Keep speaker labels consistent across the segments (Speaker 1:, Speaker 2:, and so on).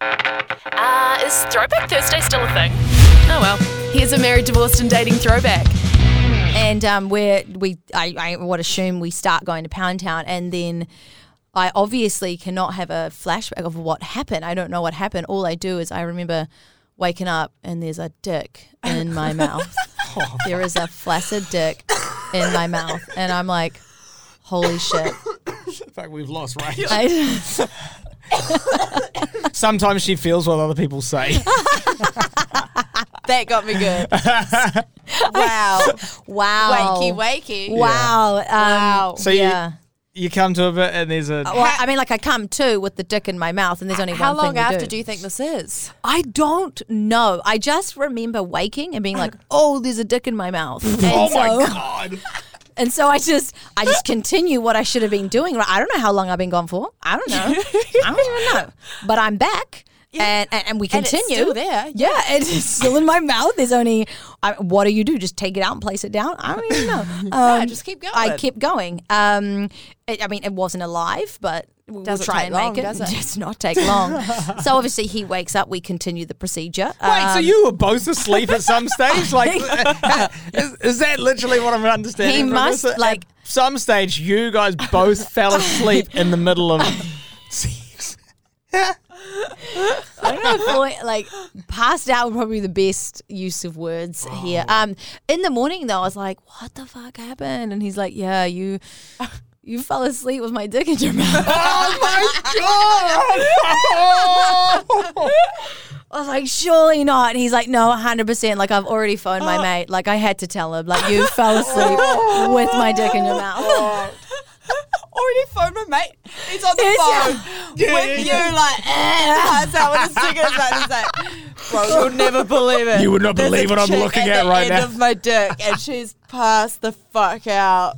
Speaker 1: Uh, Is Throwback Thursday still a thing? Oh well. Here's a married, divorced, and dating throwback.
Speaker 2: and um, we're we I, I would assume we start going to Pound Town, and then I obviously cannot have a flashback of what happened. I don't know what happened. All I do is I remember waking up and there's a dick in my mouth. there is a flaccid dick in my mouth, and I'm like, holy shit!
Speaker 3: In fact, we've lost right.
Speaker 2: I,
Speaker 3: Sometimes she feels what other people say.
Speaker 4: That got me good.
Speaker 2: wow, wow,
Speaker 4: wakey, wakey.
Speaker 2: wow, um, wow.
Speaker 3: So you-
Speaker 2: yeah.
Speaker 3: you come to a bit and there's a.
Speaker 2: Uh, well, I mean, like I come to with the dick in my mouth, and there's only
Speaker 4: How
Speaker 2: one
Speaker 4: long
Speaker 2: thing to
Speaker 4: after do you think this is?
Speaker 2: I don't know. I just remember waking and being like, "Oh, there's a dick in my mouth." And
Speaker 3: oh my
Speaker 2: so,
Speaker 3: god!
Speaker 2: And so I just, I just continue what I should have been doing. Right? I don't know how long I've been gone for. I don't know. I don't even know. But I'm back, and, and and we
Speaker 4: And it's
Speaker 2: continue.
Speaker 4: still there,
Speaker 2: Yeah, and it's still in my mouth. There's only, I, what do you do? Just take it out and place it down? I don't even know. Um,
Speaker 4: just keep
Speaker 2: I
Speaker 4: going.
Speaker 2: kept going. Um, it, I mean, it wasn't alive, but. We'll
Speaker 4: Doesn't
Speaker 2: try
Speaker 4: take
Speaker 2: and
Speaker 4: long,
Speaker 2: make it.
Speaker 4: does it?
Speaker 2: does not take long. so obviously he wakes up. We continue the procedure. Um,
Speaker 3: Wait, so you were both asleep at some stage? Like, is, is that literally what I'm understanding?
Speaker 2: He
Speaker 3: from
Speaker 2: must,
Speaker 3: this? At
Speaker 2: like-
Speaker 3: some stage, you guys both fell asleep in the middle of sex.
Speaker 2: I don't know, boy, like passed out would probably be the best use of words here. Um, in the morning though, I was like, "What the fuck happened?" And he's like, "Yeah, you, you fell asleep with my dick in your mouth."
Speaker 3: Oh my god!
Speaker 2: I was like, "Surely not." And he's like, "No, hundred percent. Like I've already phoned my mate. Like I had to tell him. Like you fell asleep with my dick in your mouth."
Speaker 4: Already phoned my mate. He's on the
Speaker 2: Yes,
Speaker 4: phone with
Speaker 3: yeah, yeah.
Speaker 4: you, like, eh, that's how with his dick in his mouth. He's like, bro, you'll never believe it.
Speaker 3: You would not
Speaker 4: There's a
Speaker 3: believe what I'm
Speaker 4: chick
Speaker 3: looking
Speaker 4: at
Speaker 3: at
Speaker 4: the
Speaker 3: right
Speaker 4: end
Speaker 3: now.
Speaker 4: of my dick, and she's passed the fuck out.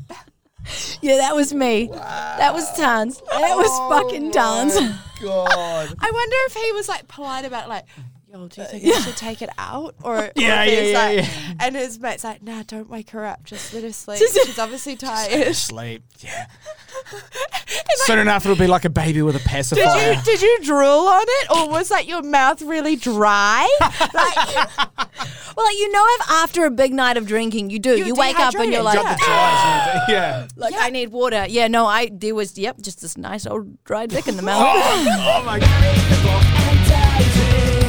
Speaker 2: Yeah, that was me. That was Tans. That was fucking Tans.
Speaker 3: god!
Speaker 4: I wonder if he was like polite about it, like, yo, do you think you should take it out? Or
Speaker 3: Yeah,
Speaker 4: or if he
Speaker 3: yeah,
Speaker 4: was
Speaker 3: yeah,
Speaker 4: like-
Speaker 3: yeah.
Speaker 4: And his mate's like, nah, don't wake her up, just let her sleep.
Speaker 2: Just-
Speaker 4: She's obviously tired.
Speaker 3: Sleep. Yeah. Soon enough, it'll be like a baby with a pacifier.
Speaker 4: Did you did you drool on it, or was like your mouth really dry? Like,
Speaker 2: Well, you know, if after a big night of drinking, you do, you,
Speaker 4: You're
Speaker 2: wake up and you're
Speaker 4: dehydrated,
Speaker 2: like,
Speaker 4: yeah.
Speaker 3: Guys, yeah.
Speaker 2: Like I need water. Yeah, no, I there was yep, just this nice old dry dick in the
Speaker 3: Oh,
Speaker 2: mouth.
Speaker 3: oh my god.